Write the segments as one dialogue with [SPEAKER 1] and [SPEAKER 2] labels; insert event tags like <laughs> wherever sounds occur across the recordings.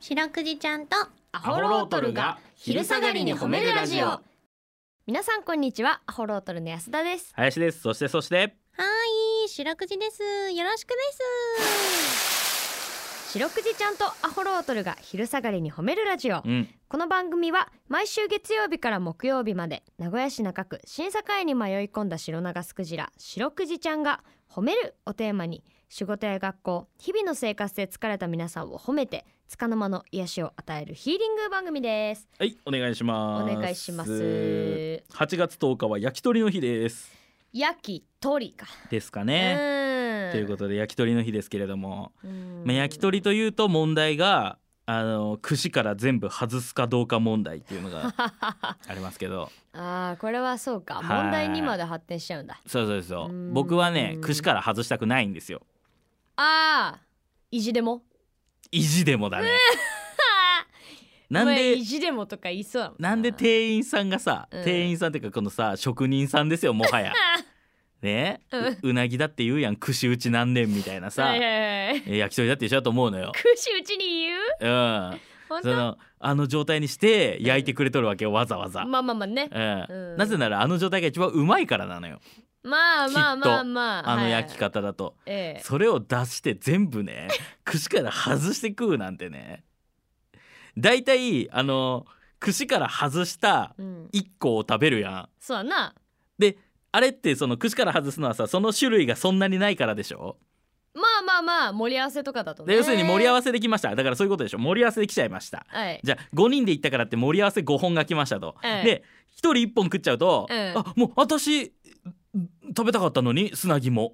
[SPEAKER 1] 白くじちゃんと
[SPEAKER 2] ア
[SPEAKER 3] ホロートルが昼下がりに褒めるラジオ
[SPEAKER 2] 皆さんこんにちはアホロートルの安田です
[SPEAKER 3] 林ですそしてそして
[SPEAKER 1] はーい白くじですよろしくです
[SPEAKER 2] 白くじちゃんとアホロートルが昼下がりに褒めるラジオ
[SPEAKER 3] うん
[SPEAKER 2] この番組は毎週月曜日から木曜日まで名古屋市中区審査会に迷い込んだ白長スクジラ白くじちゃんが褒めるをテーマに仕事や学校日々の生活で疲れた皆さんを褒めて束の間の癒しを与えるヒーリング番組です
[SPEAKER 3] はいお願いし
[SPEAKER 2] お
[SPEAKER 3] ます
[SPEAKER 2] 願いします
[SPEAKER 3] 8月10日は焼き鳥の日です
[SPEAKER 2] 焼き鳥か、
[SPEAKER 3] ですかね、
[SPEAKER 2] うん
[SPEAKER 3] ということで焼き鳥の日ですけれども、
[SPEAKER 2] うん
[SPEAKER 3] まあ、焼き鳥というと問題があの串から全部外すかどうか問題っていうの <laughs> がありますけど
[SPEAKER 2] <laughs> ああこれはそうか
[SPEAKER 3] はい
[SPEAKER 2] 問題にまで発展しちゃうんだ
[SPEAKER 3] そうそうそううん僕はね串から外したくないんですよ
[SPEAKER 2] ああ意地でも
[SPEAKER 3] 意地でもだねなん <laughs>
[SPEAKER 2] お前
[SPEAKER 3] で
[SPEAKER 2] 意地でもとか言いそうだも
[SPEAKER 3] なんで店員さんがさ、
[SPEAKER 2] うん
[SPEAKER 3] 店員さんっていうかこのさ職人さんですよも
[SPEAKER 2] <laughs>
[SPEAKER 3] はやねううなぎだって言うやん串打ち何年みたいな
[SPEAKER 2] さ
[SPEAKER 3] さ、
[SPEAKER 2] はいはいはい。
[SPEAKER 3] え焼き鳥だって一緒だと思うのよ
[SPEAKER 2] 串打ちに言う
[SPEAKER 3] うん、
[SPEAKER 2] 本
[SPEAKER 3] そ
[SPEAKER 2] 当
[SPEAKER 3] のあの状態にして焼いてくれとるわけよわざわざ。
[SPEAKER 2] まあまあまあね
[SPEAKER 3] うん
[SPEAKER 2] うん
[SPEAKER 3] なぜならあの状態が一番うまいからなのよ
[SPEAKER 2] まあまあまあまあ
[SPEAKER 3] あの焼き
[SPEAKER 2] はい
[SPEAKER 3] 方だと、
[SPEAKER 2] ええ
[SPEAKER 3] それを出して全部ね串から外して食うなんてねだいたいあの串から外した
[SPEAKER 2] うん
[SPEAKER 3] 1個を食べるやん
[SPEAKER 2] そうだな
[SPEAKER 3] あれってその串から外すのはさその種類がそんなにないからでしょ
[SPEAKER 2] まあまあまあ盛り合わせとかだと
[SPEAKER 3] で
[SPEAKER 2] ね
[SPEAKER 3] 要するに盛り合
[SPEAKER 2] わ
[SPEAKER 3] わせできましただからそういうことでしょ盛り合わせできちゃいました
[SPEAKER 2] せはい
[SPEAKER 3] じゃあ5人で行ったからって盛り合わせ5本が来ましたと、
[SPEAKER 2] ええ
[SPEAKER 3] で1人1本食っちゃうと、
[SPEAKER 2] ええ
[SPEAKER 3] あもう私食べたかったのに砂肝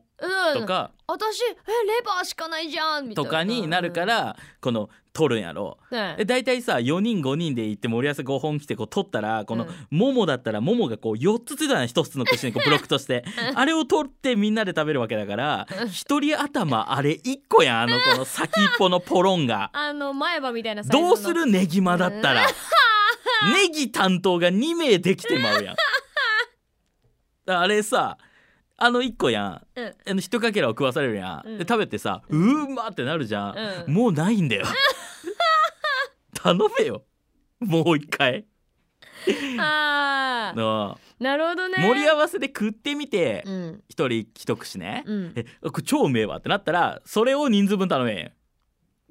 [SPEAKER 2] うん
[SPEAKER 3] とか、
[SPEAKER 2] 私えレバーしかないじゃんみたい
[SPEAKER 3] と
[SPEAKER 2] な
[SPEAKER 3] かになるから、この取るんやろ
[SPEAKER 2] うんね
[SPEAKER 3] <laughs> で大体さ4人5人で行って盛り合わせ5本来てこう取ったらこの
[SPEAKER 2] うん
[SPEAKER 3] ももだったらももがこう4つついたのよ1つの串にこうブロックとして
[SPEAKER 2] <laughs>
[SPEAKER 3] あれを取ってみんなで食べるわけだから
[SPEAKER 2] うん
[SPEAKER 3] 1人頭あれ1個やんあのこの先っぽのポロン
[SPEAKER 2] <laughs>
[SPEAKER 3] が。
[SPEAKER 2] あの前歯みたいなサイズの
[SPEAKER 3] どうするネギマだったら <laughs> ネギ担当が2名できてまうやんだからあれさあの1個やんあ
[SPEAKER 2] うん
[SPEAKER 3] の一かけらを食わされるやん、
[SPEAKER 2] うん
[SPEAKER 3] で食べてさうーまってなるじゃん、
[SPEAKER 2] うん
[SPEAKER 3] もうないん
[SPEAKER 2] <laughs>
[SPEAKER 3] だよ頼めよもう一回
[SPEAKER 2] あー
[SPEAKER 3] なあ
[SPEAKER 2] なるほどね
[SPEAKER 3] 盛り合わせで食ってみて
[SPEAKER 2] うん
[SPEAKER 3] 一人一口ね、
[SPEAKER 2] うん
[SPEAKER 3] えこれ超うめえわってなったらそれを人数分頼めん
[SPEAKER 2] だーえ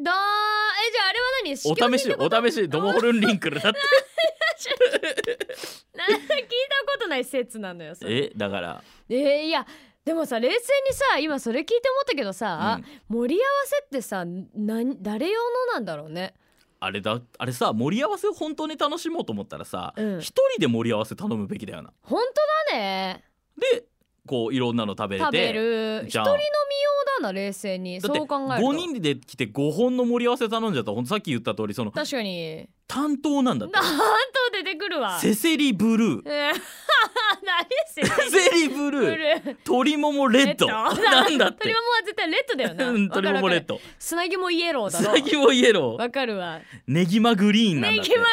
[SPEAKER 2] じゃああれは何
[SPEAKER 3] お試しお試しドモホルンリンクルだって
[SPEAKER 2] な <laughs> 聞いたことない説なのよそれ
[SPEAKER 3] <laughs> えだから
[SPEAKER 2] えーいやでもさ冷静にさ今それ聞いて思ったけどさ、盛り合わせってさなん誰用のなんだろうね
[SPEAKER 3] あれだあれさ盛り合わせを本当に楽しもうと思ったらさ一、
[SPEAKER 2] うん
[SPEAKER 3] 人で盛り合わせ頼むべきだよな。
[SPEAKER 2] 本当だね
[SPEAKER 3] でこういろんなの食べれて
[SPEAKER 2] 食べる一
[SPEAKER 3] じゃ
[SPEAKER 2] 人
[SPEAKER 3] あ
[SPEAKER 2] 飲み用だな冷静に
[SPEAKER 3] だ
[SPEAKER 2] そ
[SPEAKER 3] って
[SPEAKER 2] う考えると
[SPEAKER 3] 5人で来て5本の盛り合わせ頼んじゃったらほんとさっき言った通りその
[SPEAKER 2] 確かに
[SPEAKER 3] 担当なんだって
[SPEAKER 2] なんと出てくるわ
[SPEAKER 3] セセリブルー
[SPEAKER 2] えー何 <laughs> せ
[SPEAKER 3] セセリブルー鶏ももレッド <laughs> なんだって
[SPEAKER 2] 鳥ももは絶対レッドだよな
[SPEAKER 3] うん鶏ももレッド
[SPEAKER 2] 砂肝イエローだ
[SPEAKER 3] サ
[SPEAKER 2] ろ
[SPEAKER 3] ギもイエロー
[SPEAKER 2] わかるわ
[SPEAKER 3] ネギマグリーンなん
[SPEAKER 2] ネ
[SPEAKER 3] だって
[SPEAKER 2] ギマグ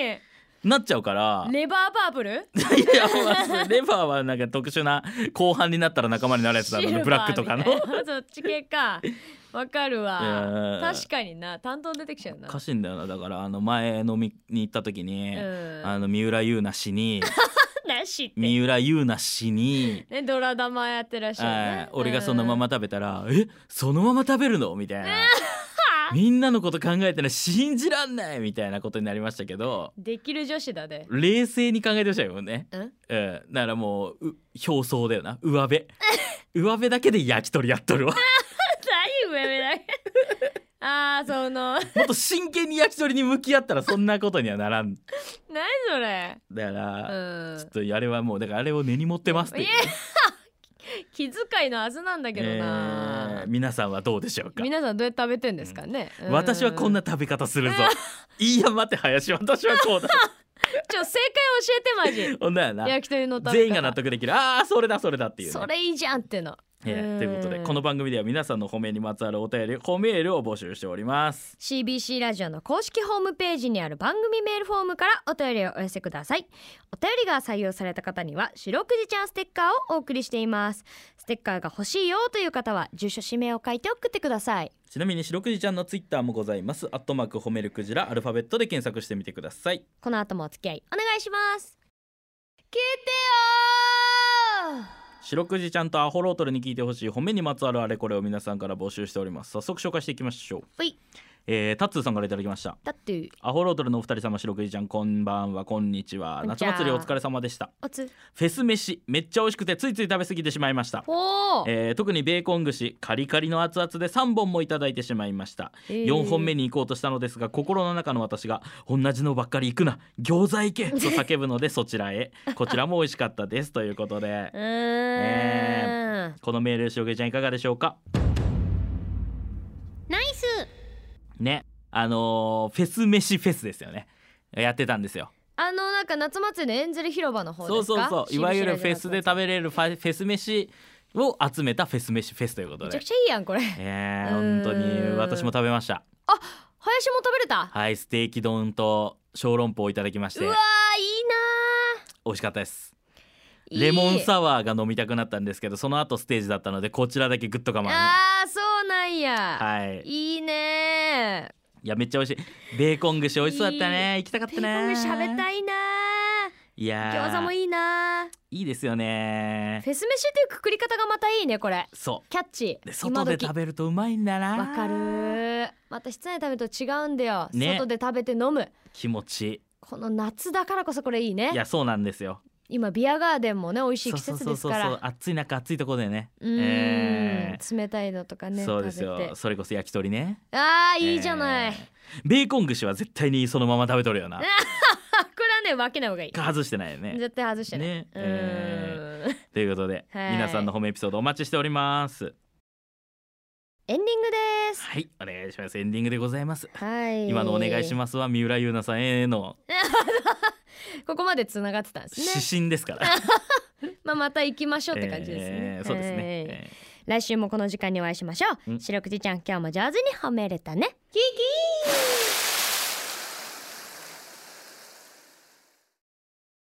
[SPEAKER 2] リ
[SPEAKER 3] なっちゃうから
[SPEAKER 2] ーンレバーパープル
[SPEAKER 3] いやまあレバーはなんか特殊な後半になったら仲間になるやつだろうねブラックとかの
[SPEAKER 2] シルバーみたいなそっち系かわかるわ
[SPEAKER 3] いやー
[SPEAKER 2] 確かにな担当出てきちゃうな
[SPEAKER 3] おかしいんだよなだからあの前飲みに行った時
[SPEAKER 2] う
[SPEAKER 3] に、
[SPEAKER 2] ん
[SPEAKER 3] あの三浦優奈
[SPEAKER 2] <laughs>
[SPEAKER 3] 氏に
[SPEAKER 2] なしって
[SPEAKER 3] 三浦優奈氏に、
[SPEAKER 2] ねドラ玉やってらっしゃる
[SPEAKER 3] は
[SPEAKER 2] ね
[SPEAKER 3] い俺がそのまま食べたら「えそのまま食べるの?」みたいな「みんなのこと考えたら信じらんない!」みたいなことになりましたけど
[SPEAKER 2] うんできる女子だで
[SPEAKER 3] 冷静に考えてましたよね、
[SPEAKER 2] うん
[SPEAKER 3] うん、だからもうう表層だよな上辺
[SPEAKER 2] <laughs>
[SPEAKER 3] 上辺だけで焼き鳥やっとるわ
[SPEAKER 2] 何上目だけ <laughs> あーその
[SPEAKER 3] もっと真剣に焼き鳥に向き合ったらそんなことにはならん
[SPEAKER 2] 何それ
[SPEAKER 3] だか
[SPEAKER 2] う
[SPEAKER 3] ら、ちょ
[SPEAKER 2] ん
[SPEAKER 3] っとあれはもうだからあれを根に持ってますって
[SPEAKER 2] い
[SPEAKER 3] いう
[SPEAKER 2] や気遣いのはずなんだけどな
[SPEAKER 3] えー皆さんはどうでしょうか
[SPEAKER 2] 皆さんどうやって食べてんですかねうん
[SPEAKER 3] 私はこんな食べ方するぞ、いいや待って林私はこうだ
[SPEAKER 2] ちょ正解教えてマジ
[SPEAKER 3] ほんなら
[SPEAKER 2] <laughs>
[SPEAKER 3] <laughs> な
[SPEAKER 2] 焼き鳥の食べ方
[SPEAKER 3] 全員が納得できるああそれだそれだっていう、ね
[SPEAKER 2] それいいじゃんっての
[SPEAKER 3] えー
[SPEAKER 2] うん
[SPEAKER 3] ということでこの番組では皆さんの褒めにまつわるお便り褒めールを募集しております
[SPEAKER 2] CBC ラジオの公式ホームページにある番組メールフォームからお便りをお寄せくださいお便りが採用された方には白くじちゃんステッカーをお送りしていますステッカーが欲しいよという方は住所氏名を書いて送ってください
[SPEAKER 3] ちなみに白くじちゃんのツイッターもございますアットマーク褒めるクジラアルファベットで検索してみてください
[SPEAKER 2] この後もお付き合いお願いします聞いてよ
[SPEAKER 3] 白くじちゃんとアホロートルに聞いてほしい褒めにまつわるあれこれを皆さんから募集しております早速紹介していきましょう
[SPEAKER 2] ほい
[SPEAKER 3] えー、タッツーさんからいただきました
[SPEAKER 2] だって
[SPEAKER 3] アホロートルのお二人様白くじちゃんこんばんはこんにちは
[SPEAKER 2] こんにち
[SPEAKER 3] 夏
[SPEAKER 2] は
[SPEAKER 3] 祭りお疲れ様でした
[SPEAKER 2] おつ
[SPEAKER 3] フェス飯めっちゃ美味しくてついつい食べ過ぎてしまいました
[SPEAKER 2] おー
[SPEAKER 3] えー特にベーコン串カリカリの熱々で3本もいただいてしまいました4本目
[SPEAKER 2] に
[SPEAKER 3] に行こうとしたのですが心の中の私が「同じのばっかり行くな餃子行
[SPEAKER 2] <laughs>
[SPEAKER 3] け!」と叫ぶのでそちらへこちらも美味しかったですということで
[SPEAKER 2] <laughs> うーん
[SPEAKER 3] このメールしおげちゃんいかがでしょうか
[SPEAKER 1] ナイス
[SPEAKER 3] ねあのーフェス飯フェスですよねやってたんですよ
[SPEAKER 2] あのなんか夏祭りのエンゼル広場の方
[SPEAKER 3] そう
[SPEAKER 2] です
[SPEAKER 3] そう
[SPEAKER 2] か
[SPEAKER 3] そういわゆるフェスで
[SPEAKER 2] た
[SPEAKER 3] 食べれるファフェス飯を集めたフェス飯フェスということ
[SPEAKER 2] めちゃ
[SPEAKER 3] で
[SPEAKER 2] くちゃいいやんこれ林も
[SPEAKER 3] えー、本当
[SPEAKER 2] うー
[SPEAKER 3] に
[SPEAKER 2] ん
[SPEAKER 3] 私も食べました
[SPEAKER 2] 食べれた
[SPEAKER 3] はいステーキ丼と小籠包をいただきまして
[SPEAKER 2] うわーいいな
[SPEAKER 3] 美味しかったです
[SPEAKER 2] ーいい
[SPEAKER 3] レモンサワーが飲みたくなったんですけどその後ステージだったのでこちらだけグッと我慢
[SPEAKER 2] あーそうなんや、
[SPEAKER 3] はいい
[SPEAKER 2] いいね
[SPEAKER 3] やめっちゃ美味しいベーコン串美味しそうだったね行きたかっ
[SPEAKER 2] ーベ
[SPEAKER 3] た
[SPEAKER 2] ー
[SPEAKER 3] ね
[SPEAKER 2] コンしゃべたいない
[SPEAKER 3] や
[SPEAKER 2] ー餃子も
[SPEAKER 3] い
[SPEAKER 2] いいなー
[SPEAKER 3] いいですよね
[SPEAKER 2] フェス飯っていうくくり方がまたいいねこれ
[SPEAKER 3] そ
[SPEAKER 2] キャッチ
[SPEAKER 3] うで
[SPEAKER 2] ー
[SPEAKER 3] 外で食べるとうまいんだな
[SPEAKER 2] わかるーまた室内で食べると違うんだよ、
[SPEAKER 3] ね
[SPEAKER 2] 外で食べて飲む
[SPEAKER 3] 気持ちいい
[SPEAKER 2] この夏だからこそこれいい
[SPEAKER 3] い
[SPEAKER 2] ね
[SPEAKER 3] やそうなんですよ
[SPEAKER 2] 今ビアガーデンもね美味しい季節ですから
[SPEAKER 3] そうそうそうそう
[SPEAKER 2] う
[SPEAKER 3] 暑い中暑いところでね
[SPEAKER 2] ーん、
[SPEAKER 3] え
[SPEAKER 2] 冷たいのとか
[SPEAKER 3] ー
[SPEAKER 2] ね
[SPEAKER 3] そうです
[SPEAKER 2] 食べ
[SPEAKER 3] よ
[SPEAKER 2] て
[SPEAKER 3] それこそ焼き鳥ね
[SPEAKER 2] あーいいじゃない、
[SPEAKER 3] えーベーコン串は絶対にそのまま食べとるよな
[SPEAKER 2] ねあこれはね分けない方がいい
[SPEAKER 3] 外してないよね
[SPEAKER 2] 絶対外してない、
[SPEAKER 3] ね
[SPEAKER 2] うーん
[SPEAKER 3] ということで、
[SPEAKER 2] はい
[SPEAKER 3] 皆さんの褒めエピソードお待ちしております
[SPEAKER 2] エンディングです
[SPEAKER 3] はいお願いしますエンディングでございます
[SPEAKER 2] はい
[SPEAKER 3] 今のお願いしますは三浦優奈さんへの
[SPEAKER 2] すここまでつながってたんですね
[SPEAKER 3] 指針ですから、
[SPEAKER 2] <laughs> まあまた行きましょうって感じですね、
[SPEAKER 3] えーそうですね、
[SPEAKER 2] はい
[SPEAKER 3] え
[SPEAKER 2] 来週もこの時間にお会いしましょ
[SPEAKER 3] う
[SPEAKER 2] うん白くじちゃん今日も上手に褒めれたねキキー